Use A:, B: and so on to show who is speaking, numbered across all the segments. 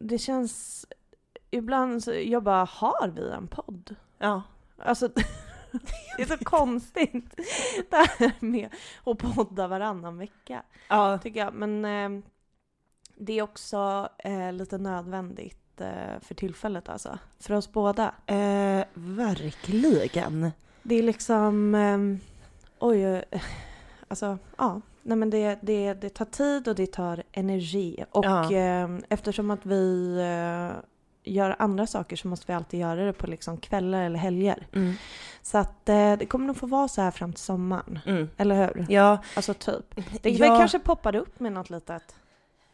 A: det känns... Ibland så, jag bara, har vi en podd?
B: Ja.
A: Alltså, det är så konstigt det här med att podda varannan vecka.
B: ja.
A: tycker jag. Men eh, det är också eh, lite nödvändigt eh, för tillfället alltså. För oss båda.
B: Eh, verkligen.
A: Det är liksom... Eh, oj, eh, alltså ja. Nej men det, det, det tar tid och det tar energi. Och
B: Ja.
A: eh, eftersom att vi eh, gör andra saker så måste vi alltid göra det på liksom kvällar eller helger.
B: Mm.
A: Så att eh, det kommer nog få vara så här fram till sommaren.
B: Mm.
A: Eller hur?
B: Ja.
A: Alltså typ. Det,
B: Ja.
A: det kanske poppade upp med något litet.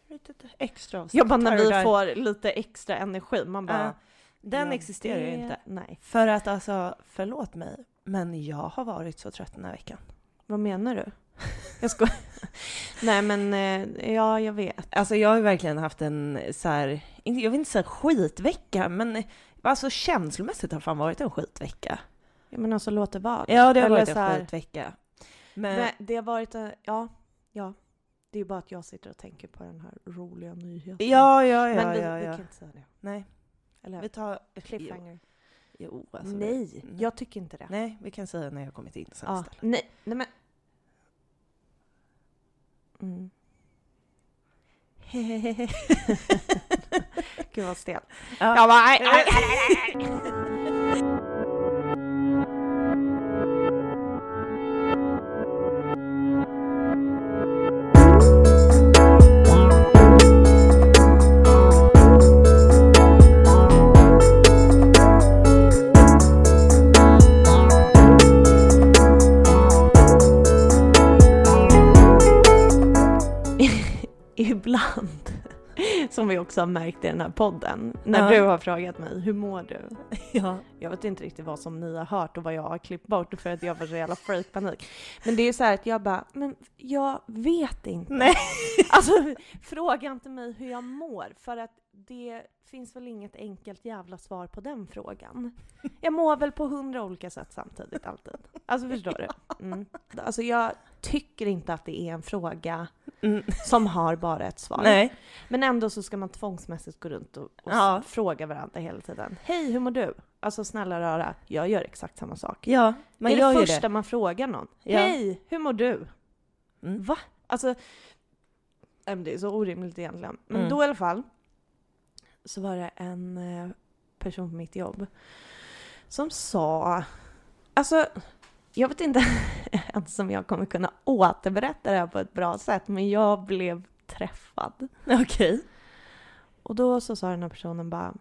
B: Litet extra avsnitt
A: Jag bara när
B: här och där.
A: vi får lite extra energi, man bara...
B: Ja. Den
A: "Ja,
B: existerar ju
A: det-
B: inte.
A: Nej,
B: För att alltså, förlåt mig, men jag har varit så trött den här veckan.
A: vad menar du? Jag skojar. nej men, eh, ja jag vet.
B: Alltså jag har ju verkligen haft en så här, inte- jag vill inte säga skitvecka, men eh, alltså känslomässigt har fan varit en skitvecka.
A: Jag menar så alltså, låt det vara.
B: Ja, det har
A: Eller
B: varit
A: så
B: en
A: här-
B: skitvecka. Men,
A: Men det har varit, eh, ja, ja. Det är ju bara att jag sitter och tänker på den här roliga nyheten.
B: ja, ja, ja,
A: Men vi,
B: ja,
A: vi
B: ja.
A: kan inte säga det.
B: Nej,
A: Eller
B: vi
A: hur?
B: tar...
A: Cliffhanger.
B: Jo, jo, alltså, det-
A: nej, jag tycker inte det.
B: Nej, vi kan säga när jag kommit in sen
A: ja,
B: istället.
A: nej, nej men. Mm. Gud vad stel.
B: Ja.
A: Jag bara, aj, aj, aj, aj. ibland, som vi också har märkt i den här podden, när
B: Ja.
A: du har frågat mig hur mår du?
B: Ja.
A: Jag vet inte riktigt vad som ni har hört och vad jag har klippt bort för att jag var så jävla freakpanik. Men det är ju så här att jag bara, men jag vet inte.
B: Nej.
A: Alltså fråga inte mig hur jag mår för att det finns väl inget enkelt jävla svar på den frågan. Jag mår väl på hundra olika sätt samtidigt alltid. Alltså förstår du? Mm. Alltså jag tycker inte att det är en fråga
B: Mm.
A: som har bara ett svar.
B: Nej.
A: Men ändå så ska man tvångsmässigt gå runt och, och
B: Ja.
A: s- fråga varandra hela tiden. Hej, hur mår du? Alltså snälla röra, jag gör exakt samma sak.
B: Ja, man
A: det är
B: gör
A: det
B: ju
A: första
B: det.
A: man frågar någon.
B: Ja.
A: Hej, hur mår du?
B: Mm.
A: Va? Alltså, nej, men det är så orimligt egentligen. Men
B: Mm.
A: då i alla fall så var det en eh, person på mitt jobb som sa, alltså jag vet inte ens om jag kommer kunna återberätta det här på ett bra sätt, men jag blev träffad.
B: Okej.
A: Och då så sa den här personen bara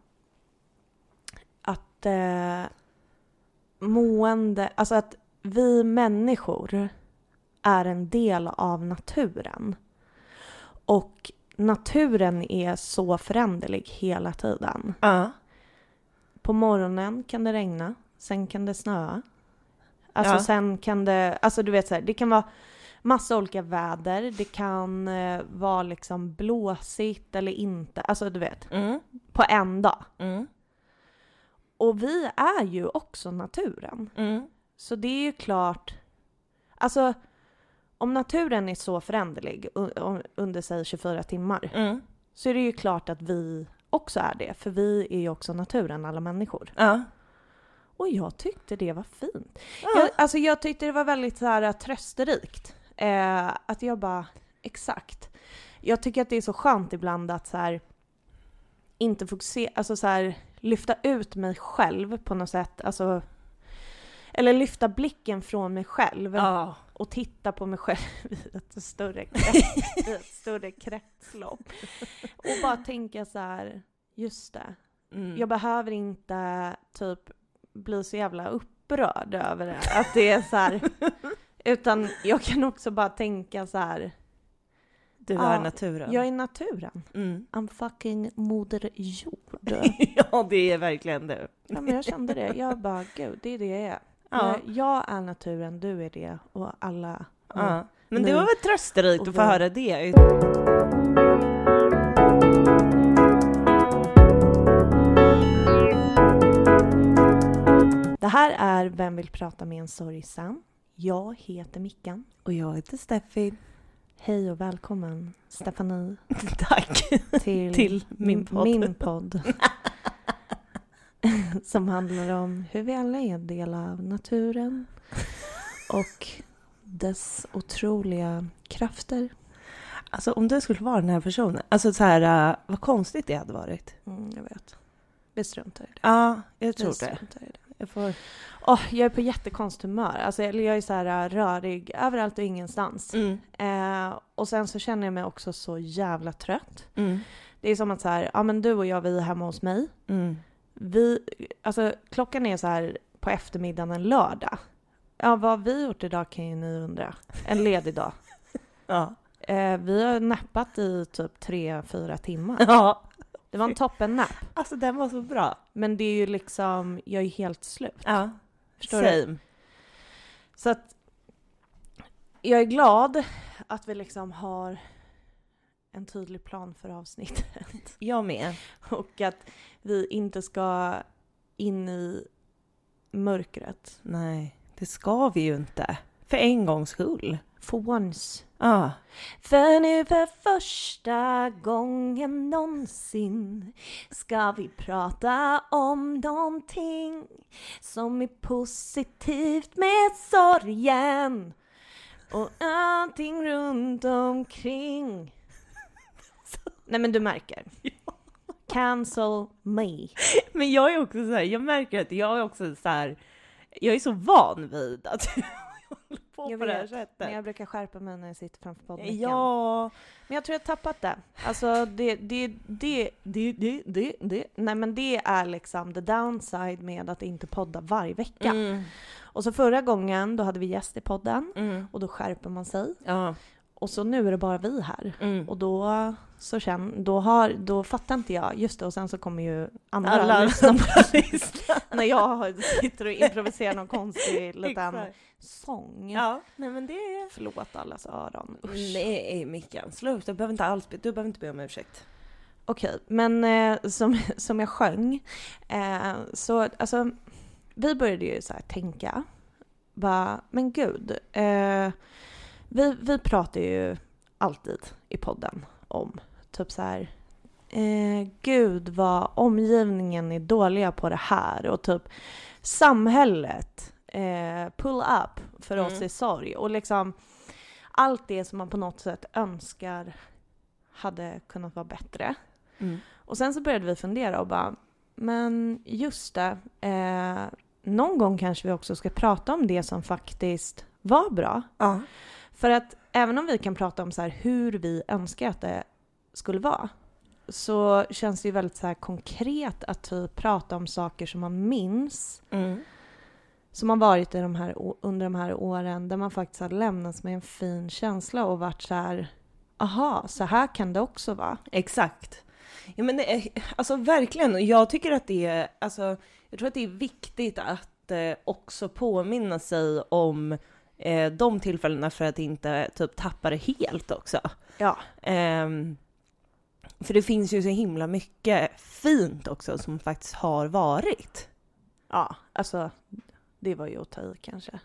A: att eh, mående, alltså att vi människor är en del av naturen. Och naturen är så föränderlig hela tiden.
B: Ja.
A: På morgonen kan det regna, sen kan det snöa. Alltså
B: Ja.
A: sen kan det, alltså du vet så här, det kan vara massa olika väder, det kan eh, vara liksom blåsigt eller inte, alltså du vet,
B: Mm.
A: på en dag.
B: Mm.
A: Och vi är ju också naturen.
B: Mm.
A: Så det är ju klart... Alltså, om naturen är så föränderlig u- om- under, säg, 24 timmar
B: Mm.
A: så är det ju klart att vi också är det. För vi är ju också naturen, alla människor.
B: Ja.
A: Och jag tyckte det var fint. Jag,
B: Ja.
A: alltså, jag tyckte det var väldigt så här, trösterikt. Eh, att jag bara, exakt. Jag tycker att det är så skönt ibland att så här, inte fokusera, alltså så här, lyfta ut mig själv på något sätt. Alltså, eller lyfta blicken från mig själv
B: Ja.
A: och titta på mig själv i ett större, krets, i ett större kretslopp. Och bara tänka så här, just det.
B: Mm.
A: Jag behöver inte typ bli så jävla upprörd över det. Att det är så här, utan jag kan också bara tänka så här.
B: Du
A: Ja,
B: är naturen.
A: Jag är naturen.
B: Mm.
A: I'm fucking moder jord.
B: ja, det är verkligen du.
A: Ja, men jag kände det. Jag bara, gud, det är det jag är.
B: Ja.
A: Jag, jag är naturen, du är det och alla.
B: Ja. Men
A: Nej.
B: det var väl trösterikt
A: Och
B: att få
A: vi-
B: höra det.
A: Det här är Vem vill prata med en sorgsen? Jag heter Mickan.
B: Och jag heter Steffi.
A: Hej och välkommen Stefanie
B: Tack
A: till,
B: till min podd.
A: min podd. Som handlar om hur vi alla är en del av naturen och dess otroliga krafter.
B: Alltså om du skulle vara den här personen, alltså så här, eh, vad konstigt det hade varit.
A: Mm, jag vet. Vi struntar i det.
B: Ja, jag
A: Vi
B: tror det.
A: struntar i det.
B: Jag får...
A: Åh, jag är på jättekonstigt humör. Alltså, eller jag är så här äh, rörig överallt och ingenstans.
B: mm.
A: Eh, och sen så känner jag mig också så jävla trött.
B: Mm.
A: Det är som att så här, ja men du och jag, vi är hemma hos mig.
B: Mm.
A: Vi, alltså klockan är så här på eftermiddagen en lördag. Ja, vad har vi gjort idag kan ju ni undra. En ledig dag.
B: Ja.
A: Eh, vi har nappat i typ tre fyra timmar.
B: ja,
A: Det var en toppennapp.
B: alltså den var så bra.
A: Men det är ju liksom, jag är helt slut.
B: Ja,
A: Förstår du?
B: same.
A: Så att jag är glad att vi liksom har en tydlig plan för avsnittet.
B: Jag med.
A: Och att vi inte ska in i mörkret.
B: Nej, det ska vi ju inte. För en gångs skull.
A: For once.
B: Ja.
A: För nu för första gången någonsin ska vi prata om någonting som är positivt med sorgen och allting runt omkring. Nej men du märker. Cancel me.
B: Men jag är också så här, jag märker att jag är också så här, jag är så van vid att jag håller på
A: Jag
B: på det här
A: vet, Men
B: sättet.
A: jag brukar skärpa mig när jag sitter framför poddmicken.
B: Ja,
A: Men jag tror jag har tappat det. Alltså det, det, det, det, det, det, det. Nej men det är liksom the downside med att inte podda varje vecka.
B: mm,
A: Och så förra gången då hade vi gäst i podden
B: mm,
A: och då skärper man sig.
B: ja,
A: Och så nu är det bara vi här.
B: mm.
A: Och då så känn, då, har, då fattar inte jag, just det och sen så kommer ju andra
B: Alla
A: lyssna på
B: lyssnar.
A: när jag sitter och improviserar någon konstig liten
B: Exakt.
A: sång.
B: Ja, nej men det är...
A: Förlåt allas öron. Usch.
B: Nej Mickan, sluta. Du behöver inte alls be, du behöver inte be om ursäkt.
A: Okej, men eh, som, som jag sjöng, eh, så alltså, vi började ju så här tänka, bara, men gud, eh, vi, vi pratar ju alltid i podden om typ så här, eh, gud vad omgivningen är dåliga på det här och typ samhället, eh, pull up för oss
B: Mm.
A: i sorg och liksom allt det som man på något sätt önskar hade kunnat vara bättre. Och sen så började vi fundera och bara, men just det, eh, någon gång kanske vi också ska prata om det som faktiskt var bra.
B: Ja.
A: För att även om vi kan prata om så här hur vi önskar att det skulle vara, så känns det ju väldigt så här konkret att typ prata om saker som man minns,
B: Mm.
A: som har varit i de här, å- under de här åren, där man faktiskt har lämnats med en fin känsla och varit så här, aha, så här kan det också vara.
B: Exakt. Ja men det är, alltså verkligen, och jag tycker att det är, alltså jag tror att det är viktigt att eh, också påminna sig om eh, de tillfällena för att inte typ tappa det helt också.
A: Ja.
B: Ehm, för det finns ju så himla mycket fint också som faktiskt har varit.
A: Ja, alltså det var ju att ta i kanske.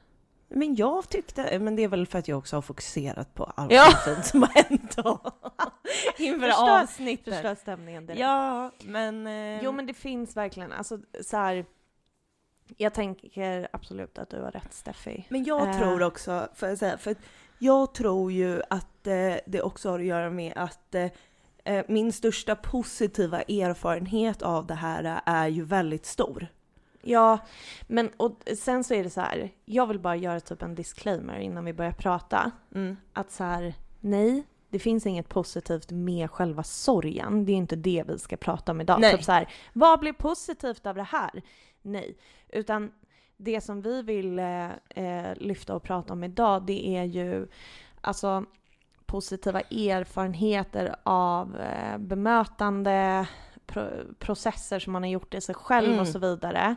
B: Men jag tyckte, men det är väl för att jag också har fokuserat på allt
A: Ja.
B: fint som har hänt då. Inför
A: Förstör-
B: avsnittet.
A: Förstör stämningen direkt.
B: Ja, men... eh,
A: Jo men det finns verkligen, alltså så här. Jag tänker absolut att du har rätt Steffi.
B: Men jag
A: Eh.
B: tror också, får jag säga, för att jag tror ju att eh, det också har att göra med att eh, eh, min största positiva erfarenhet av det här eh, är ju väldigt stor.
A: Ja, men och sen så är det så här. Jag vill bara göra typ en disclaimer innan vi börjar prata.
B: Mm.
A: Att så här, nej, det finns inget positivt med själva sorgen. Det är inte det vi ska prata om idag.
B: Nej.
A: Typ så här, vad blir positivt av det här? Nej, utan det som vi vill eh, eh, lyfta och prata om idag det är ju alltså positiva erfarenheter av eh, bemötande, pro processer som man har gjort i sig själv
B: Mm.
A: och så vidare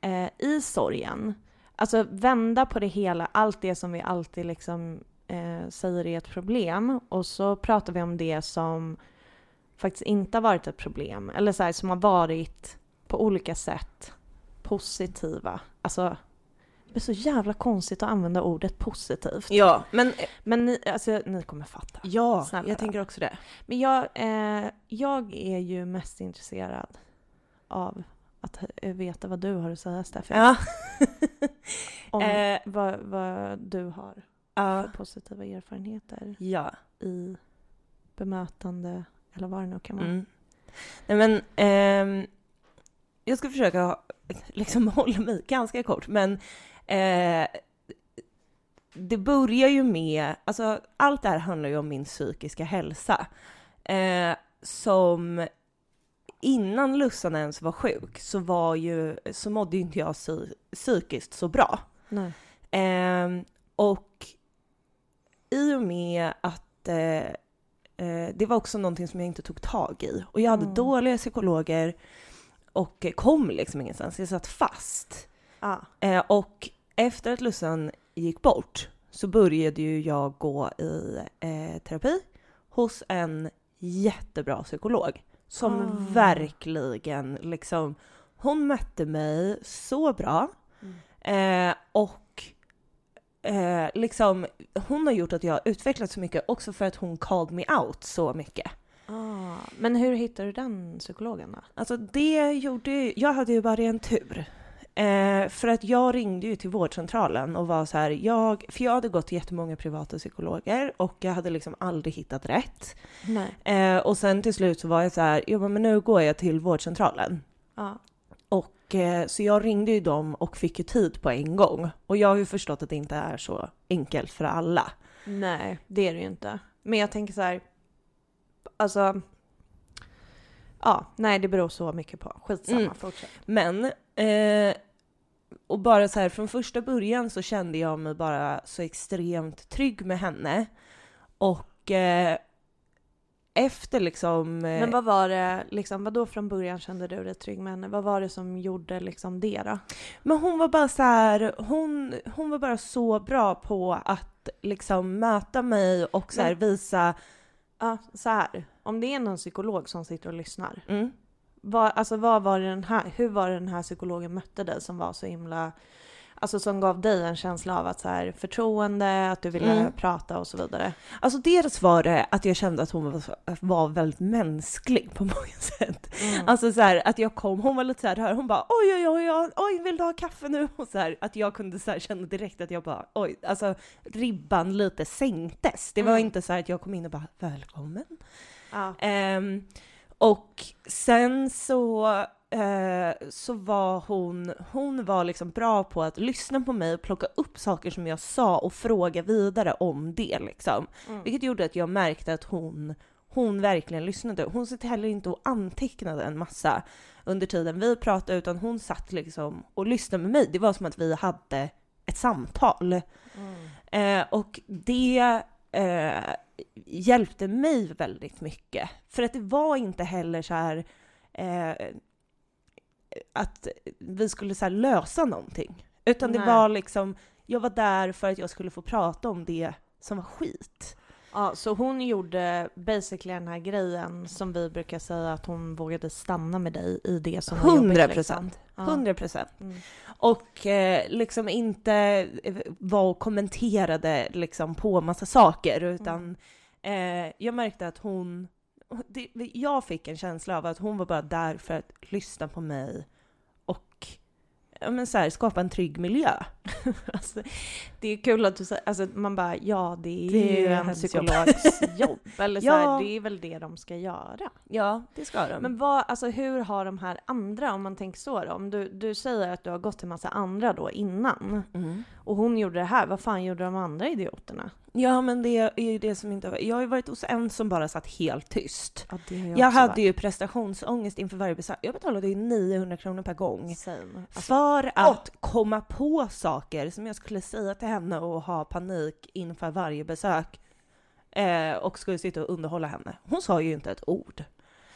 A: eh, i sorgen. Alltså vända på det hela, allt det som vi alltid liksom eh, säger är ett problem och så pratar vi om det som faktiskt inte har varit ett problem eller så här, som har varit på olika sätt positiva. Alltså är så jävla konstigt att använda ordet positivt.
B: Ja, men eh,
A: Men ni, alltså, ni kommer fatta.
B: ja,
A: Snälla.
B: jag tänker också det.
A: Men jag, eh, jag är ju mest intresserad av att eh, veta vad du har att säga Steffi.
B: Ja.
A: Om
B: eh,
A: vad, vad du har
B: ja.
A: för positiva erfarenheter
B: ja.
A: i bemötande eller vad det nu kan vara.
B: Mm. Nej men, ehm, jag ska försöka ha- liksom hålla mig ganska kort, men eh, det börjar ju med, alltså allt det här handlar ju om min psykiska hälsa. Eh, som innan Lussan ens var sjuk så var ju, så mådde ju inte jag psy- psykiskt så bra.
A: Nej.
B: Ehm, och i och med att eh, eh, det var också någonting som jag inte tog tag i och jag hade
A: Mm.
B: dåliga psykologer och eh, kom liksom ingenstans, jag satt fast.
A: Ja.
B: Eh, och efter att Lussan gick bort så började ju jag gå i eh, terapi hos en jättebra psykolog som
A: Ah.
B: verkligen liksom, hon mötte mig så bra.
A: Mm.
B: Eh, och eh, liksom, hon har gjort att jag har utvecklats så mycket också för att hon called me out så mycket.
A: Ah. Men hur hittar du den psykologen då?
B: Alltså det gjorde ju, jag hade ju bara en tur. Eh, för att jag ringde ju till vårdcentralen och var så här, jag, för jag hade gått till jättemånga privata psykologer och jag hade liksom aldrig hittat rätt.
A: Nej.
B: Eh, och sen till slut så var jag så här, jag bara, men nu går jag till vårdcentralen.
A: Ja.
B: Och, eh, så jag ringde ju dem och fick ju tid på en gång. Och jag har ju förstått att det inte är så enkelt för alla.
A: Nej, det är det ju inte. Men jag tänker så här, alltså, ja, nej det beror så mycket på. Skitsamma,
B: Mm.
A: fortsätt.
B: Men, eh, och bara så här från första början så kände jag mig bara så extremt trygg med henne. Och eh, efter liksom... eh,
A: Men vad var det, liksom, vad då från början kände du dig trygg med henne? Vad var det som gjorde liksom det då?
B: Men hon var bara så här, hon, hon var bara så bra på att liksom möta mig och så här visa...
A: Ja, så här. Om det är någon psykolog som sitter och lyssnar,
B: Mm.
A: vad, alltså, vad var det den här, hur var det den här psykologen mötte dig som var så himla, alltså som gav dig en känsla av att så här, förtroende, att du ville
B: Mm.
A: prata och så vidare?
B: Alltså dels var det att jag kände att hon var, var väldigt mänsklig på många sätt. Alltså så här, att jag kom, hon var lite så här, hon bara oj oj oj oj, oj vill du ha kaffe nu? Och så här, att jag kunde så här känna direkt att jag bara oj, alltså ribban lite sänktes. Det var
A: Mm.
B: inte så här att jag kom in och bara välkommen.
A: Ja.
B: Ehm, och sen så, eh, så var hon, hon var liksom bra på att lyssna på mig och plocka upp saker som jag sa och fråga vidare om det liksom.
A: Mm.
B: Vilket gjorde att jag märkte att hon, hon verkligen lyssnade. Hon satt heller inte och antecknade en massa under tiden vi pratade utan hon satt liksom och lyssnade med mig. Det var som att vi hade ett samtal.
A: Mm.
B: Eh, och det eh, hjälpte mig väldigt mycket. För att det var inte heller så här eh, att vi skulle så här lösa någonting. Utan det
A: Nej.
B: var liksom, jag var där för att jag skulle få prata om det som var skit.
A: Ja, så hon gjorde basically den här grejen som vi brukar säga att hon vågade stanna med dig i det som var jobbigt.
B: 100
A: liksom.
B: procent.
A: Ja.
B: 100 procent.
A: Mm.
B: Och eh, liksom inte eh, var och kommenterade liksom på massa saker utan eh, jag märkte att hon, det, jag fick en känsla av att hon var bara där för att lyssna på mig och ja, men så här, skapa en trygg miljö.
A: Alltså, det är kul att du säger, alltså man bara ja det är
B: Det är
A: ju en
B: hennes
A: psykologs jobb. Eller så
B: Ja.
A: här, det är väl det de ska göra.
B: Ja, det ska de.
A: Men vad, alltså hur har de här andra, om man tänker så då, om du, du säger att du har gått till massa andra då innan
B: mm.
A: och hon gjorde det här, vad fan gjorde de andra idioterna?
B: Ja men det är ju det som inte har Jag har ju varit hos en som bara satt helt tyst.
A: Ja, det har
B: Jag, hade ju prestationsångest inför varje besök. Jag betalade ju 900 kronor per gång.
A: Same.
B: För att komma på saker som jag skulle säga till henne och ha panik inför varje besök eh, och skulle sitta och underhålla henne. Hon sa ju inte ett ord.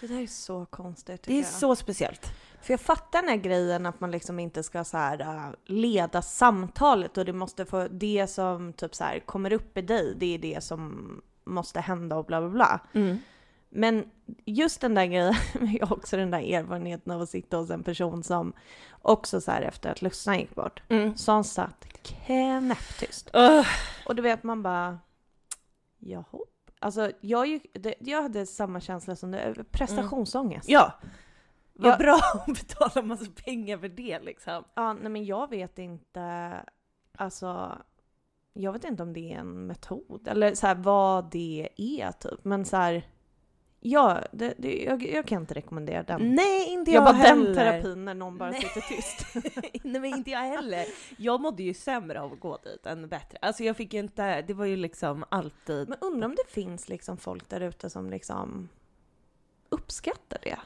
A: Det där är så konstigt.
B: Det är
A: tycker jag.
B: så speciellt.
A: För jag fattar den här grejen att man liksom inte ska så här, äh, leda samtalet och det måste få, det som typ så här kommer upp i dig, det är det som måste hända och bla bla bla. Men just den där grejen, jag har också den där erfarenheten av att sitta hos en person som också så här efter att Lussan gick bort,
B: Mm.
A: som satt knäpptyst. Och du vet man bara, jaha. Alltså jag, gick, det, jag hade samma känsla som du, eh, prestationsångest.
B: Ja. Vad
A: Ja.
B: bra att betala en massa pengar för det liksom.
A: Ja, nej men jag vet inte, alltså, jag vet inte om det är en metod eller så här, vad det är typ. Men så här, ja, det, det, jag, jag kan inte rekommendera den.
B: Nej, inte
A: jag bara, den
B: heller.
A: terapin när någon bara
B: Nej.
A: sitter tyst.
B: Nej men inte jag heller. Jag mådde ju sämre av att gå dit än bättre. Alltså jag fick ju inte, det var ju liksom alltid.
A: Men undrar om det finns liksom folk där ute som liksom uppskattar det?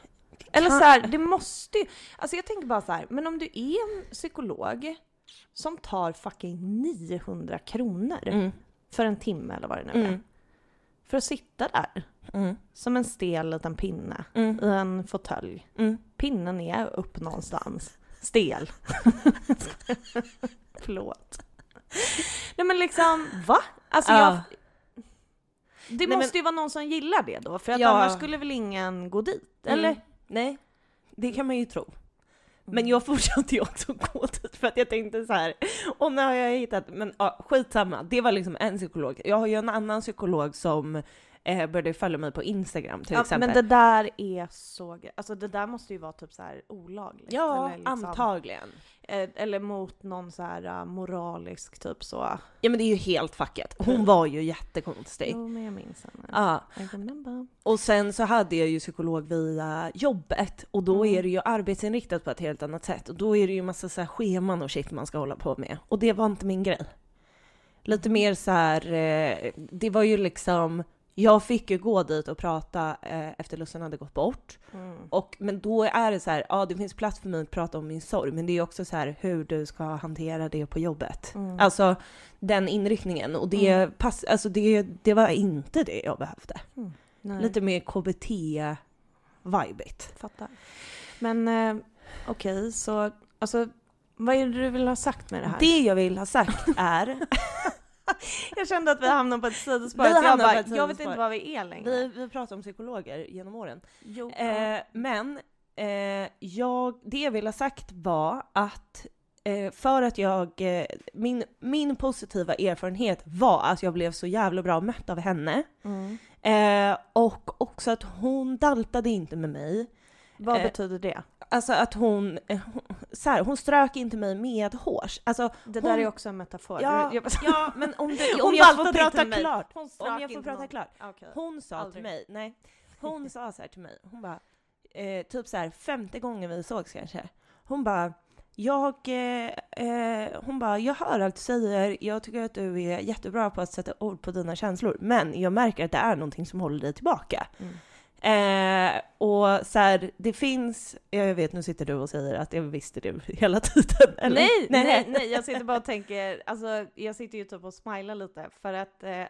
A: Eller så här, det måste ju... Alltså jag tänker bara så här, men om du är en psykolog som tar fucking 900 kronor
B: Mm,
A: för en timme eller vad det nu är,
B: mm,
A: för att sitta där
B: mm,
A: som en stel liten pinne
B: mm,
A: i en fåtölj.
B: mm.
A: Pinnen är upp någonstans. Stel. Förlåt. Nej men liksom, va? Alltså jag,
B: Ja.
A: Det
B: Nej,
A: måste ju vara någon som gillar det då, för att
B: Ja.
A: annars skulle väl ingen gå dit? Eller?
B: Mm. Nej, det kan man ju tro.
A: Mm.
B: Men jag fortsatte ju också gå dit för att jag tänkte så här, och nu har jag hittat, men ja, skitsamma, det var liksom en psykolog. Jag har ju en annan psykolog som eh, började följa mig på Instagram till
A: Ja,
B: exempel.
A: men det där är så... gre- Alltså det där måste ju vara typ så här olagligt.
B: ja,
A: eller liksom-
B: antagligen.
A: eh, Eller mot någon så här eh, moralisk typ så.
B: Ja men det är ju helt fucket.
A: Mm.
B: Hon var ju jättekonstig.
A: Jo, men jag minns henne.
B: Ja.
A: I remember.
B: Och sen så hade jag ju psykolog via jobbet och då
A: Mm.
B: är det ju arbetsinriktat på ett helt annat sätt och då är det ju massa så här scheman och shit man ska hålla på med och det var inte min grej. Lite mer så här, eh, det var ju liksom, jag fick ju gå dit och prata eh, efter Lussan hade gått bort
A: Mm.
B: och men då är det så här, ja det finns plats för mig att prata om min sorg men det är ju också så här hur du ska hantera det på jobbet.
A: Mm.
B: Alltså den inriktningen och det,
A: Mm.
B: pass, alltså det, det var inte det jag behövde.
A: Nej.
B: Lite mer KBT-vibigt.
A: Fattar. Men eh, okej, så alltså, vad är det du vill ha sagt med det här?
B: Det jag vill ha sagt är...
A: Jag kände att vi hamnade på ett sidospår.
B: Vi
A: att Jag,
B: hamnade
A: bara,
B: på ett
A: jag vet
B: sidospår.
A: inte vad vi är längre.
B: vi, vi pratar om psykologer genom åren.
A: Jo, ja.
B: Eh, men eh, jag, det jag ville ha sagt var att eh, för att jag, eh, min, min positiva erfarenhet var att jag blev så jävla bra mött av henne.
A: mm.
B: Eh, och också att hon daltade inte med mig.
A: Vad
B: eh,
A: betyder det?
B: Alltså att hon, eh, hon, så här, hon strök inte mig med hårs. Alltså
A: Det
B: hon-
A: där är också en metafor.
B: Ja,
A: Du- jag bara-
B: ja, men om, det,
A: Hon
B: om jag
A: valtade
B: får
A: inte
B: prata
A: mig.
B: klart.
A: Hon
B: Om jag får prata klart. Hon sa
A: Aldrig.
B: till mig, nej, hon sa så här till mig, hon bara, eh, typ så här femte gången vi sågs kanske. Hon bara, jag, eh, eh, hon bara, jag hör allt du säger, jag tycker att du är jättebra på att sätta ord på dina känslor, men jag märker att det är någonting som håller dig tillbaka.
A: Mm.
B: Eh, och så här, det finns, jag vet nu sitter du och säger att det visste du hela tiden. Eller?
A: Nej, nej, nej, jag sitter bara och tänker, alltså jag sitter ju typ och smilar lite för att eh,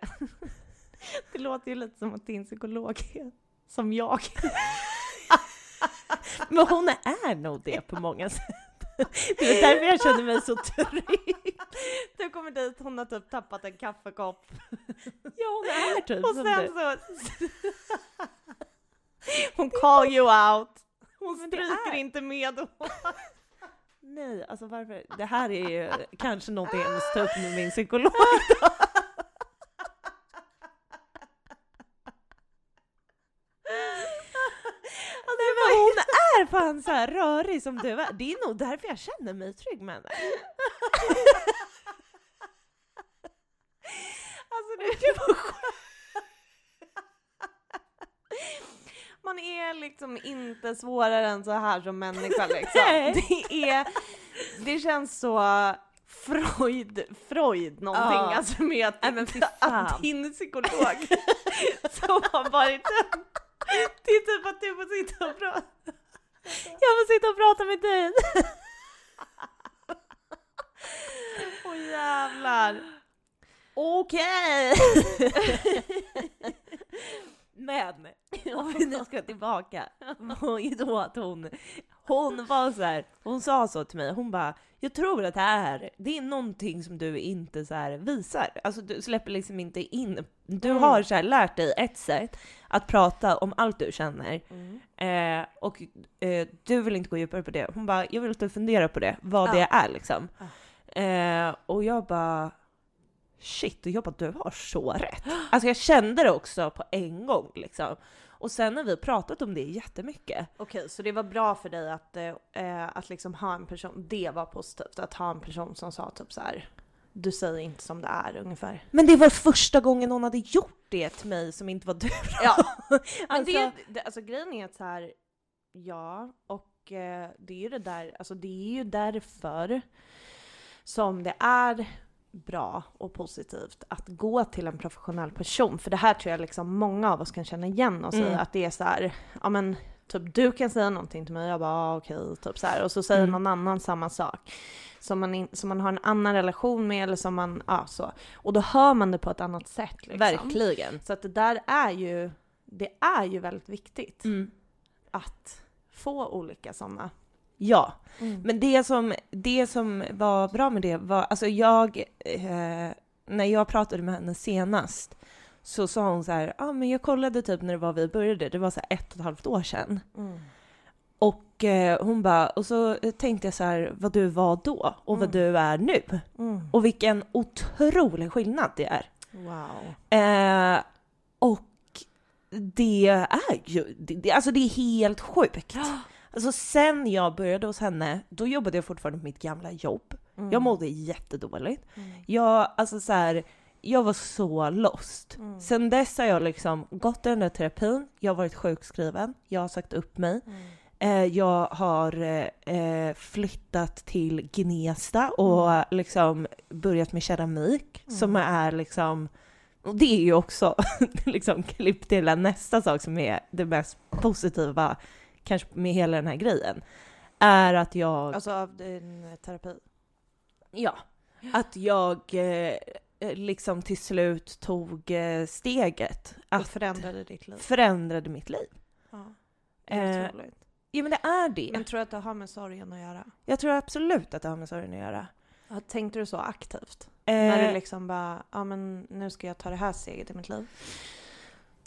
A: det låter ju lite som att din psykolog är som jag.
B: Men hon är nog det på många sätt. Det är därför jag känner mig så trygg.
A: Du kommer dit, hon har typ tappat en kaffekopp
B: Ja, hon är typ
A: och
B: som
A: sen
B: du.
A: så... Hon call you out. Hon
B: Men det
A: stryker
B: är-
A: inte med. och-
B: Nej, alltså varför? Det här är ju kanske någonting jag måste ta upp med min psykolog. Alltså, men hon är fan så här rörig som du är. Det är nog därför jag känner mig trygg med henne.
A: Alltså det är ju Man är liksom inte svårare än så här som människa liksom.
B: Nej.
A: Det, är, det känns så Freud, Freud någonting
B: Ja.
A: alltså med att,
B: Nej, men fy
A: att
B: fan.
A: din psykolog som har varit en- det är typ att du får sitta och prata.
B: Jag får sitta och prata med dig.
A: Åh jävlar.
B: Okej! Men om vi nu ska tillbaka var ju då att hon, hon var så här, hon sa så till mig, hon bara jag tror att det här, det är någonting som du inte så här visar, alltså du släpper liksom inte in, du
A: Mm.
B: har så här lärt dig ett sätt att prata om allt du känner eh, och eh, du vill inte gå djupare på det. Hon bara jag vill att du funderar på det, vad
A: Ja.
B: det är liksom. Eh, och jag bara shit, och jag bara du har så rätt. Alltså jag kände det också på en gång liksom. Och sen har vi pratat om det jättemycket.
A: Okej, så det var bra för dig att, eh, att liksom ha en person, det var positivt, att ha en person som sa typ så här. Du säger inte som det är ungefär.
B: Men det var första gången hon hade gjort det till mig som inte var du.
A: Ja, men
B: Alltså,
A: det, det, alltså grejen är att så här, ja, och eh, det är ju det där, alltså det är ju därför som det är bra och positivt att gå till en professionell person. För det här tror jag liksom många av oss kan känna igen oss i,
B: Mm.
A: att det är så här, ja men typ du kan säga någonting till mig, jag bara ah, okej, typ så här. Och så säger
B: Mm.
A: någon annan samma sak. Som man, in, som man har en annan relation med eller som man, ja så. Och då hör man det på ett annat sätt liksom.
B: Verkligen.
A: Så att det där är ju, det är ju väldigt viktigt att få olika sådana.
B: Ja,
A: Mm.
B: men det som, det som var bra med det var, alltså jag, eh, när jag pratade med henne senast så sa hon så här, ja ah, men jag kollade typ när det var vi började, det var så här ett och ett halvt år sedan.
A: Mm.
B: Och eh, hon bara, och så tänkte jag så här, vad du var då och vad
A: Mm.
B: du är nu. Och vilken otrolig skillnad det är.
A: Wow.
B: Eh, och det är ju, det, det, alltså det är helt sjukt. Alltså sen jag började hos henne, då jobbade jag fortfarande på mitt gamla jobb.
A: Mm.
B: Jag mådde jättedåligt.
A: Mm.
B: Jag, alltså så här, jag var så lost.
A: Mm.
B: Sen dess har jag liksom gått i den där terapin, jag har varit sjukskriven, jag har sagt upp mig.
A: Mm.
B: Eh, jag har eh, eh, flyttat till Gnesta och liksom börjat med keramik
A: Mm.
B: som är liksom, och det är ju också liksom klipp till den nästa sak som är det mest positiva kanske med hela den här grejen. Är att jag,
A: Alltså av din terapi.
B: ja, att jag eh, eh, liksom till slut tog eh, steget
A: Att
B: att
A: förändrade ditt liv.
B: förändrade mitt liv.
A: Ja. Det är
B: Eh,
A: otroligt.
B: Ja men det är det.
A: Men tror du att det har med sorgen att göra?
B: Jag tror absolut att det har med sorgen att göra.
A: Ja, Tänkte du så aktivt?
B: Eh,
A: När du liksom bara, ja men nu ska jag ta det här steget i mitt liv.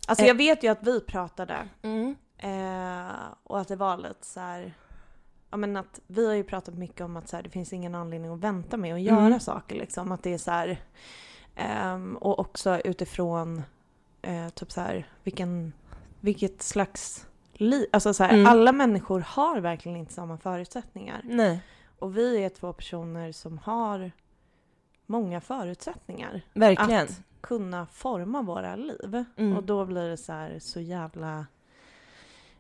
A: Alltså jag vet ju att vi pratade
B: mm.
A: Eh, och att det var lite så här, ja men att vi har ju pratat mycket om att så här, det finns ingen anledning att vänta med att göra
B: Mm.
A: saker liksom. Att det är så här, ehm, och också utifrån eh, typ så här, vilken, vilket slags liv, alltså så här,
B: Mm.
A: alla människor har verkligen inte samma förutsättningar.
B: Nej,
A: Och vi är två personer som har många förutsättningar
B: verkligen.
A: att kunna forma våra liv.
B: Mm.
A: Och då blir det så här så jävla...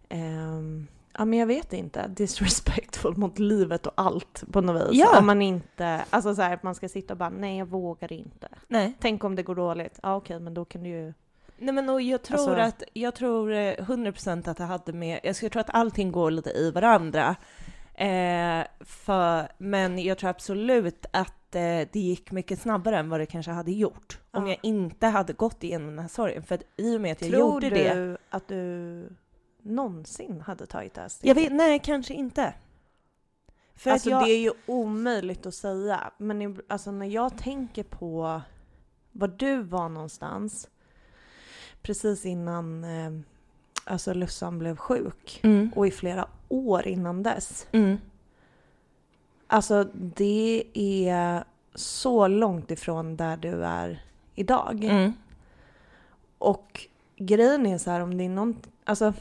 A: ehm, ja men jag vet inte, disrespectful mot livet och allt på något vis.
B: Ja.
A: Om man inte, alltså så här att man ska sitta och bara nej jag vågar inte.
B: Nej.
A: Tänk om det går dåligt, ja okej men då kan du ju...
B: Nej men och jag tror
A: Alltså-
B: att, jag tror eh, 100% att det hade med, jag skulle tro att allting går lite i varandra. Eh, för, men jag tror absolut att eh, det gick mycket snabbare än vad det kanske hade gjort. Om
A: Ja.
B: jag inte hade gått igenom den här sorgen. För att i och med att jag
A: Tror
B: gjorde
A: du
B: det.
A: att du någonsin hade tagit det här steget?
B: Jag vet, nej kanske inte. För
A: alltså
B: att jag,
A: det är ju omöjligt att säga. Men i- alltså, när jag tänker på var du var någonstans precis innan eh, alltså Lussan blev sjuk
B: Mm,
A: och i flera år innan dess.
B: mm,
A: Alltså det är så långt ifrån där du är idag.
B: mm,
A: Och grejen är så här om det är någon, alltså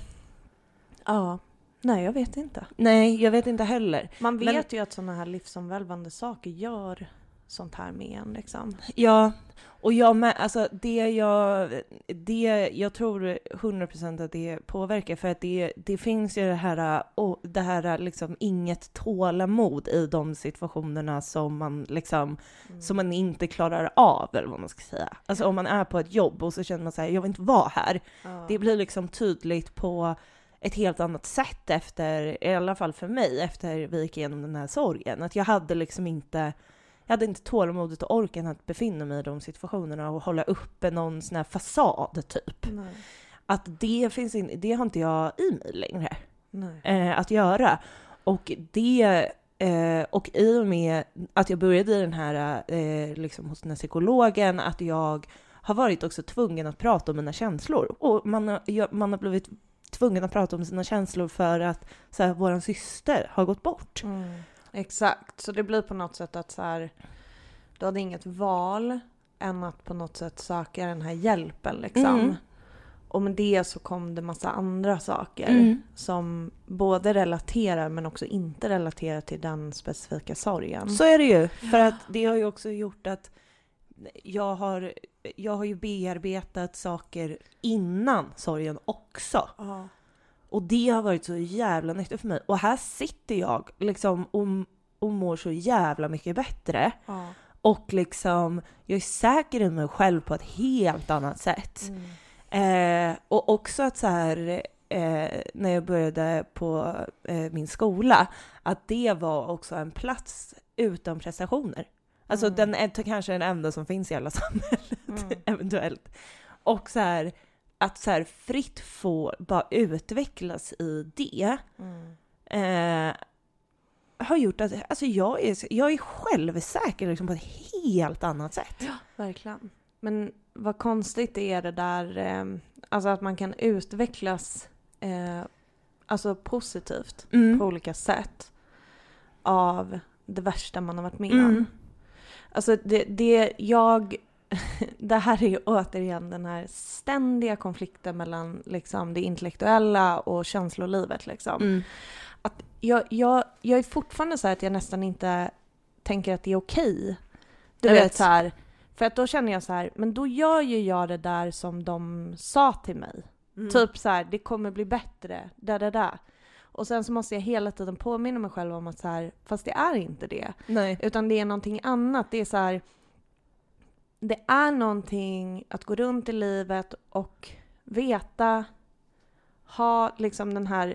A: ja, nej jag vet inte.
B: nej jag vet inte heller.
A: Man
B: Men-
A: vet ju att sådana här livsomvälvande saker gör sånt här med en liksom.
B: Ja, och jag med, alltså det jag, det jag tror 100% att det påverkar för att det, det finns ju det här, och det här liksom inget tålamod i de situationerna som man liksom,
A: Mm.
B: som man inte klarar av eller vad man ska säga. Alltså om man är på ett jobb och så känner man så här, jag vill inte vara här.
A: Ja.
B: Det blir liksom tydligt på ett helt annat sätt efter, i alla fall för mig, efter vi gick igenom den här sorgen. Att jag hade liksom inte, jag hade inte tålamodet och orken att befinna mig i de situationerna och hålla uppe någon sån här fasad typ.
A: Nej.
B: att det, finns in, det har inte jag i mig längre
A: Nej.
B: eh, att göra. Och det, eh, och i och med att jag började i den här, eh, liksom hos den här psykologen, att jag har varit också tvungen att prata om mina känslor. Och man har, jag, man har blivit tvungen att prata om sina känslor för att så här, våran syster har gått bort.
A: Mm. Exakt, så det blir på något sätt att så här, du hade inget val än att på något sätt söka den här hjälpen liksom.
B: Mm.
A: Och med det så kom det massa andra saker
B: Mm.
A: som både relaterar men också inte relaterar till den specifika sorgen.
B: Så är det ju, för att det har ju också gjort att jag har, jag har ju bearbetat saker innan sorgen också.
A: Ja.
B: Och det har varit så jävla nyttigt för mig. Och här sitter jag liksom och, och mår så jävla mycket bättre.
A: Ja.
B: Och liksom, jag är säker i mig själv på ett helt annat sätt.
A: Mm.
B: Eh, och också att så här, eh, när jag började på eh, min skola, att det var också en plats utan prestationer. Alltså
A: Mm.
B: den är t- kanske den enda som finns i alla samhället
A: Mm.
B: eventuellt. Och så här, att så här fritt få bara utvecklas i det
A: Mm.
B: eh, har gjort att alltså jag, är, jag är självsäker liksom på ett helt annat sätt.
A: Verkligen. Men vad konstigt det är det där, eh, alltså att man kan utvecklas eh, alltså positivt.
B: Mm.
A: på olika sätt av det värsta man har varit med om.
B: Mm.
A: Alltså det, det jag... Det här är ju återigen den här ständiga konflikten mellan liksom det intellektuella och känslolivet. Liksom.
B: Mm.
A: Jag, jag, jag är fortfarande så här att jag nästan inte tänker att det är okej. Du
B: Jag
A: vet,
B: vet.
A: så här, för att då känner jag så här, men då gör ju jag det där som de sa till mig.
B: Mm.
A: Typ så här, det kommer bli bättre, da da da. Och sen så måste jag hela tiden påminna mig själv om att så här, fast det är inte det.
B: Nej.
A: Utan det är någonting annat. Det är så här, det är någonting att gå runt i livet och veta, ha liksom den här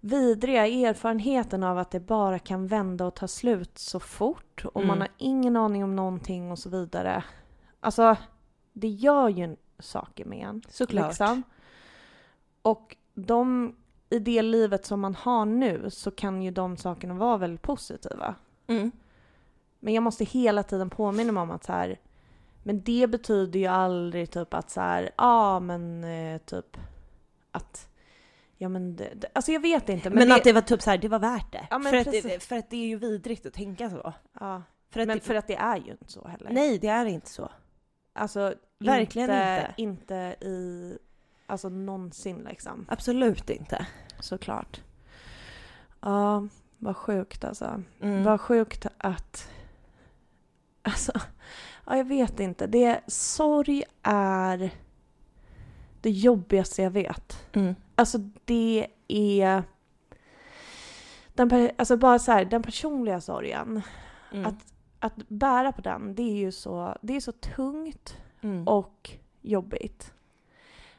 A: vidriga erfarenheten av att det bara kan vända och ta slut så fort och man
B: Mm.
A: har ingen aning om någonting och så vidare. Alltså, det gör ju saker med en.
B: Såklart.
A: Liksom. Och de, i det livet som man har nu så kan ju de sakerna vara väldigt positiva.
B: Mm.
A: Men jag måste hela tiden påminna mig om att så här, men det betyder ju aldrig typ att så här, ja ah, men eh, typ att, ja men det, det, alltså jag vet inte.
B: Men, att det var typ så här, det var värt det.
A: Ja, men
B: för, att det
A: precis.
B: för att det är ju vidrigt att tänka så.
A: ja,
B: För att
A: men
B: det,
A: för att det är ju inte så heller.
B: nej, det är inte så.
A: Alltså
B: Verkligen
A: inte. Inte i, alltså någonsin liksom.
B: Absolut inte.
A: Såklart. Ja, vad sjukt alltså.
B: Mm.
A: Vad sjukt att... Alltså, ja, jag vet inte. Det, sorg är det jobbigaste jag vet.
B: Mm.
A: Alltså det är... Den, per- alltså bara så här, den personliga sorgen,
B: Mm.
A: att- att bära på den, det är ju så, det är så tungt
B: mm.
A: och jobbigt.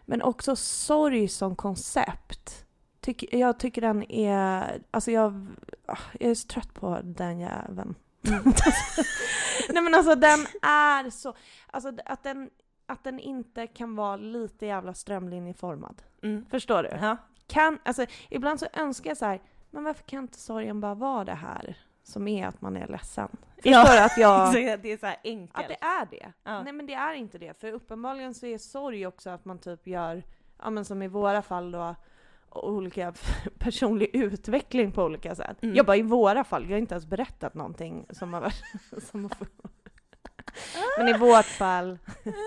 A: Men också sorg som koncept. Tyck, jag tycker den är... Alltså jag, ah, jag är så trött på den jäveln. Nej men alltså den är så... Alltså att den, att den inte kan vara lite jävla strömlinjeformad.
B: Mm.
A: Förstår du?
B: Ja.
A: Kan, alltså, ibland så önskar jag så här, men varför kan inte sorgen bara vara det här som är att man är ledsen? Förstår du att jag...
B: Så det är så här enkelt.
A: Att det är det.
B: Ja.
A: Nej men det är inte det. För uppenbarligen så är sorg också att man typ gör, ja men som i våra fall då, olika personlig utveckling på olika sätt.
B: Mm.
A: Jag bara i våra fall, jag har inte ens berättat någonting som har varit... Som har... Men i vårt fall...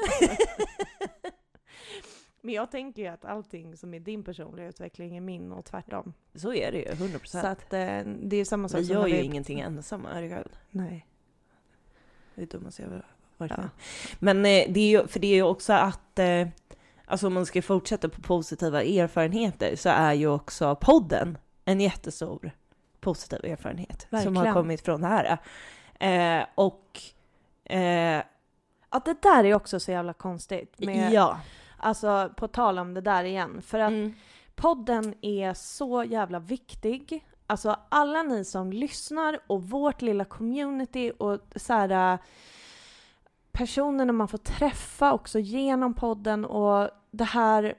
A: Men jag tänker ju att allting som är din personliga utveckling är min och tvärtom.
B: Så är det ju, 100%.
A: Så att eh, det är ju samma sak
B: vi
A: som
B: gör
A: när
B: ju
A: vi-
B: ingenting ensamma, herregud.
A: Nej.
B: Det är dummaste jag har varit
A: Ja.
B: med Men eh, det är ju, för det är ju också att, eh, alltså om man ska fortsätta på positiva erfarenheter så är ju också podden en jättestor positiv erfarenhet som har
A: Verkligen.
B: kommit från det här. Eh, och, eh,
A: Ja det där är också så jävla konstigt. Med...
B: ja.
A: Alltså på tal om det där igen. För att
B: Mm.
A: podden är så jävla viktig. Alltså alla ni som lyssnar och vårt lilla community och så här äh, personerna man får träffa också genom podden och det här,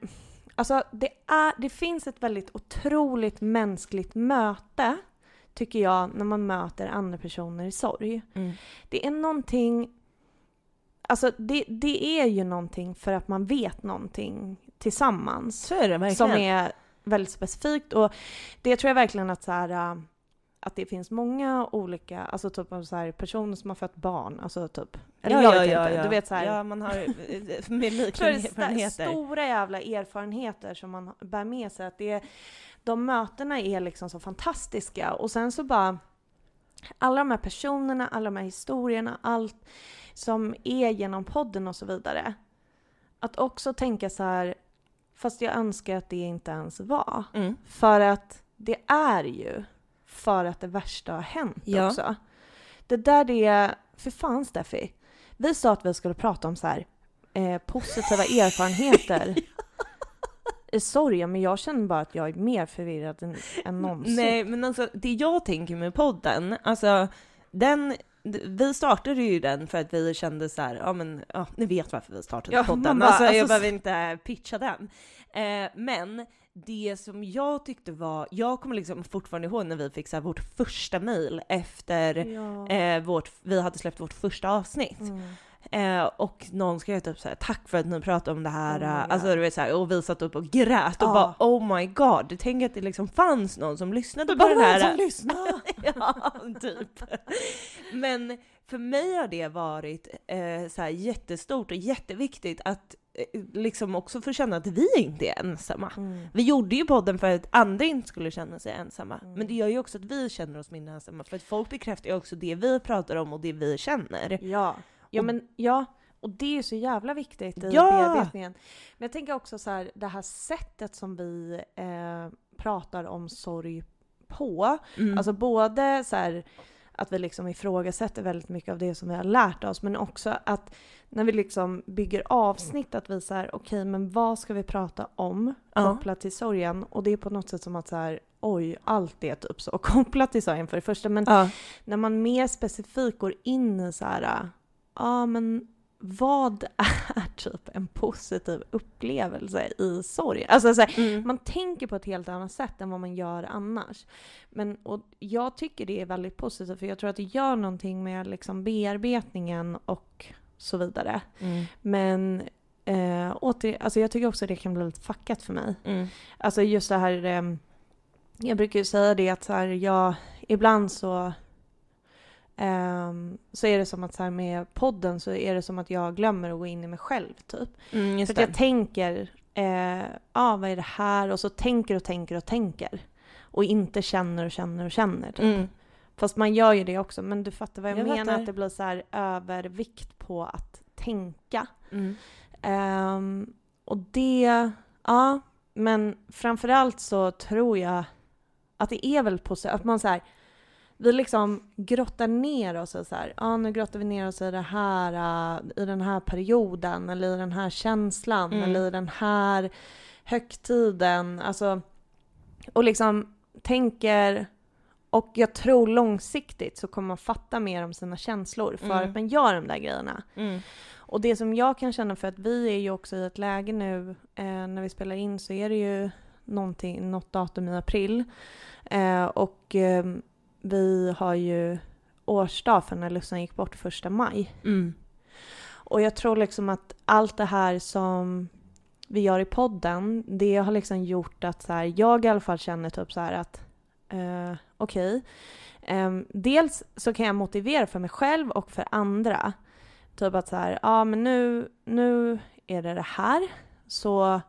A: alltså det, är, det finns ett väldigt otroligt mänskligt möte tycker jag när man möter andra personer i sorg.
B: Mm.
A: Det är någonting, alltså det, det är ju någonting för att man vet någonting tillsammans
B: Så är det verkligen.
A: som är väldigt specifikt och det tror jag verkligen att så här, äh, att det finns många olika, alltså typ av så här personer som har fött barn, alltså typ, eller jag vet inte, du vet så här,
B: Ja, man har med
A: så är det sta-
B: liknande
A: stora jävla erfarenheter som man bär med sig. Att det är, de mötena är liksom så fantastiska och sen så bara alla de här personerna, alla de här historierna, allt som är genom podden och så vidare. Att också tänka så här, fast jag önskar att det inte ens var.
B: mm.
A: För att det är ju för att det värsta har hänt
B: Ja.
A: också. Det där det är, för fan Steffi. Vi sa att vi skulle prata om så här, eh, positiva erfarenheter i sorgen, men jag känner bara att jag är mer förvirrad än, än någonsin.
B: Nej, men alltså det jag tänker med podden, alltså den, d- vi startade ju den för att vi kände så här, ja men ja, ni vet varför vi startade
A: Ja, man
B: podden,
A: bara,
B: alltså,
A: alltså,
B: jag behöver inte pitcha den. Eh, men det som jag tyckte var, jag kommer liksom fortfarande ihåg när vi fick så här, vårt första mejl efter
A: Ja.
B: eh, vårt, vi hade släppt vårt första avsnitt.
A: Mm.
B: Eh, och någon skrev typ såhär, tack för att ni pratade om det här.
A: Oh my
B: eh,
A: God.
B: alltså du vet såhär, och vi satt upp och grät och
A: Ja.
B: bara oh my god, tänk att det liksom fanns någon som lyssnade på
A: Bara
B: den
A: någon
B: här.
A: som lyssnar!
B: ja, typ. Men för mig har det varit eh, såhär jättestort och jätteviktigt att eh, liksom också få känna att vi inte är ensamma.
A: Mm.
B: Vi gjorde ju podden för att andra inte skulle känna sig ensamma.
A: Mm.
B: Men det gör ju också att vi känner oss mindre ensamma. För att folk bekräftar ju också det vi pratar om och det vi känner.
A: Ja. ja,
B: Och-
A: men ja. Och det är ju så jävla viktigt i
B: Ja!
A: bearbetningen. Men jag tänker också så här, det här sättet som vi eh, pratar om sorg på.
B: Mm.
A: Alltså både så här, att vi liksom ifrågasätter väldigt mycket av det som vi har lärt oss, men också att när vi liksom bygger avsnitt att vi så här, okej men vad ska vi prata om
B: Ja.
A: kopplat till sorgen? Och det är på något sätt som att så här, oj, allt är typ så kopplat till sorgen för det första, men
B: Ja.
A: när man mer specifikt går in i så här, ja ah, men vad är typ en positiv upplevelse i sorg? Alltså så här,
B: Mm.
A: man tänker på ett helt annat sätt än vad man gör annars. Men, och jag tycker det är väldigt positivt för jag tror att det gör någonting med liksom bearbetningen och så vidare.
B: Mm.
A: Men eh, åter, alltså jag tycker också det kan bli lite fuckat för mig.
B: Mm.
A: Alltså just det här, eh, jag brukar ju säga det att så här, jag, ibland så ehm, så är det som att så här med podden så är det som att jag glömmer att gå in i mig själv typ.
B: Mm, just
A: För att jag
B: det.
A: tänker, eh, ah, vad är det här? Och så tänker och tänker och tänker. Och inte känner och känner och känner. Typ.
B: Mm.
A: Fast man gör ju det också. Men du fattar vad jag,
B: Jag
A: menar,
B: fattar.
A: att det blir så här övervikt på att tänka.
B: Mm.
A: Ehm, och det, ja. Men framförallt så tror jag att det är väl positivt, att man så här, vi liksom grottar ner oss och så här, ja nu grottar vi ner oss i det här, eh, i den här perioden eller i den här känslan
B: Mm.
A: eller i den här högtiden, alltså och liksom tänker och jag tror långsiktigt så kommer man fatta mer om sina känslor för
B: Mm.
A: att man gör de där grejerna.
B: Mm.
A: Och det som jag kan känna för att vi är ju också i ett läge nu eh, när vi spelar in så är det ju någonting, något datum i april. Eh, och eh, vi har ju årsdag för när Lussan gick bort första maj.
B: Mm.
A: Och jag tror liksom att allt det här som vi gör i podden, det har liksom gjort att så här, jag i alla fall känner typ så här att eh, okej. Ehm, dels så kan jag motivera för mig själv och för andra. Typ att så här, ja men nu, nu är det det här. Så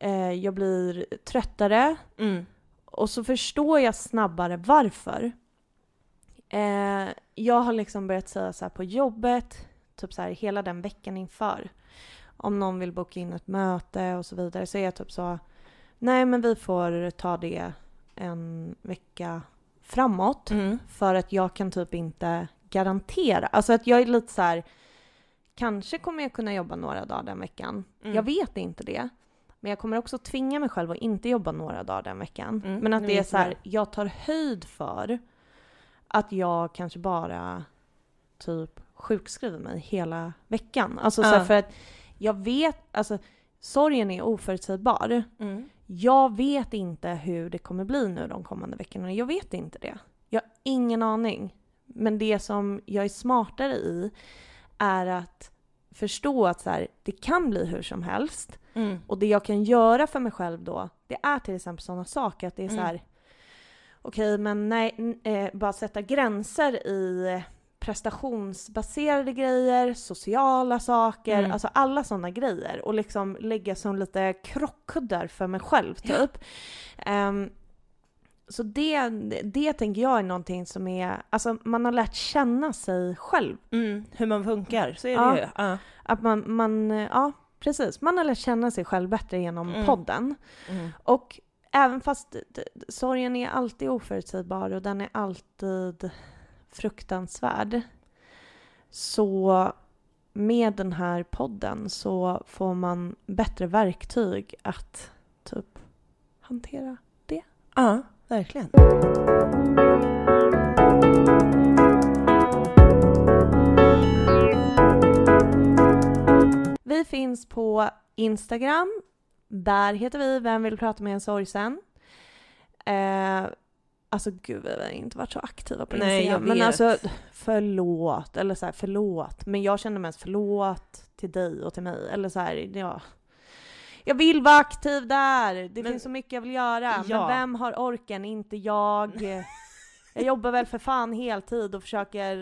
A: eh, jag blir tröttare,
B: Mm.
A: och så förstår jag snabbare varför. Eh, jag har liksom börjat säga så här på jobbet, typ så här hela den veckan inför. Om någon vill boka in ett möte och så vidare så är jag typ så, nej men vi får ta det en vecka framåt.
B: Mm.
A: För att jag kan typ inte garantera, alltså att jag är lite så här, kanske kommer jag kunna jobba några dagar den veckan.
B: Mm.
A: Jag vet inte det. Men jag kommer också tvinga mig själv att inte jobba några dagar den veckan.
B: Mm,
A: men att
B: jag
A: det är
B: vet
A: så här,
B: det.
A: jag tar höjd för att jag kanske bara typ sjukskriver mig hela veckan. Alltså så här,
B: Ja.
A: för att jag vet, alltså sorgen är oförutsägbar.
B: Mm.
A: Jag vet inte hur det kommer bli nu de kommande veckorna. Jag vet inte det. Jag har ingen aning. Men det som jag är smartare i är att förstå att så här, det kan bli hur som helst.
B: Mm.
A: Och det jag kan göra för mig själv då, det är till exempel sådana saker att det är så här.
B: Mm.
A: okej men nej, n- eh, bara sätta gränser i eh, prestationsbaserade grejer, sociala saker,
B: Mm.
A: alltså alla sådana grejer. Och liksom lägga som lite krockkuddar för mig själv typ. Ehm, så det, det tänker jag är någonting som är, alltså man har lärt känna sig själv.
B: Mm. Hur man funkar, så är
A: Ja.
B: det ju. Ja.
A: Att man, man, eh, ja precis, man har lärt känna sig själv bättre genom
B: Mm.
A: podden.
B: Mm.
A: Och även fast d- d- sorgen är alltid oförutsägbar och den är alltid fruktansvärd så med den här podden så får man bättre verktyg att typ hantera.
B: ja, verkligen.
A: Vi finns på Instagram. Där heter vi Vem vill prata med en sorgsen? Eh, alltså gud, vi har inte varit så aktiva på
B: Nej,
A: Instagram.
B: jag
A: men
B: vet.
A: alltså förlåt, eller så här, förlåt. Men jag känner mest förlåt till dig och till mig. Eller så här, ja. Jag vill vara aktiv där! Det
B: Men-
A: finns så mycket jag vill göra.
B: Ja.
A: Men vem har orken? Inte jag. Jag jobbar väl för fan heltid och försöker,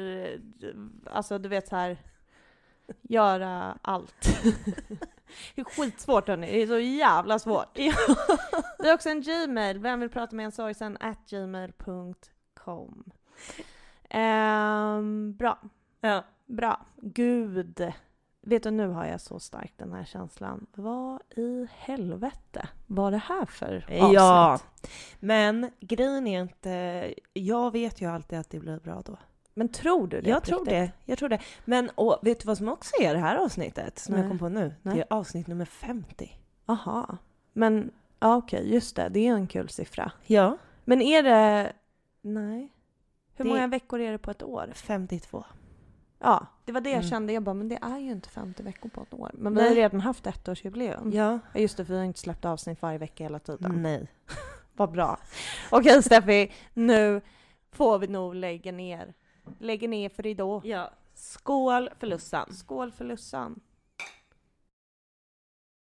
A: eh, alltså du vet så här göra allt. det är skitsvårt hörni, det är så jävla svårt. Vi har också en Gmail, vem vill prata med en sorgsen? At gmail.com. Ehm, bra,
B: Ja.
A: bra. Gud. Vet du, nu har jag så starkt den här känslan. Vad i helvete var det här för avsnitt?
B: ja. Men grejen är inte, jag vet ju alltid att det blir bra då.
A: Men tror du det?
B: Jag
A: på
B: tror
A: riktigt?
B: det. Jag tror det. Men och vet du vad som också är det här avsnittet som jag
A: Nej.
B: kom på nu? Det
A: Nej.
B: är avsnitt nummer 50.
A: Aha. Men, ja okej, just det. Det är en kul siffra.
B: Ja.
A: Men är det... Nej. Hur
B: Det-
A: många veckor är det på ett år?
B: 52.
A: Ja, det var det jag
B: Mm.
A: kände. Jag bara, men det är ju inte 50 veckor på ett år. Men vi
B: Nej.
A: har redan haft ett årsjubileum. Ja.
B: Ja.
A: Just det, för vi har inte släppt avsnitt varje vecka hela tiden.
B: Nej.
A: Vad bra. Okej Steffi, nu får vi nog lägga ner. Lägga ner för idag.
B: Ja. Skål för Lussan.
A: Skål för Lussan.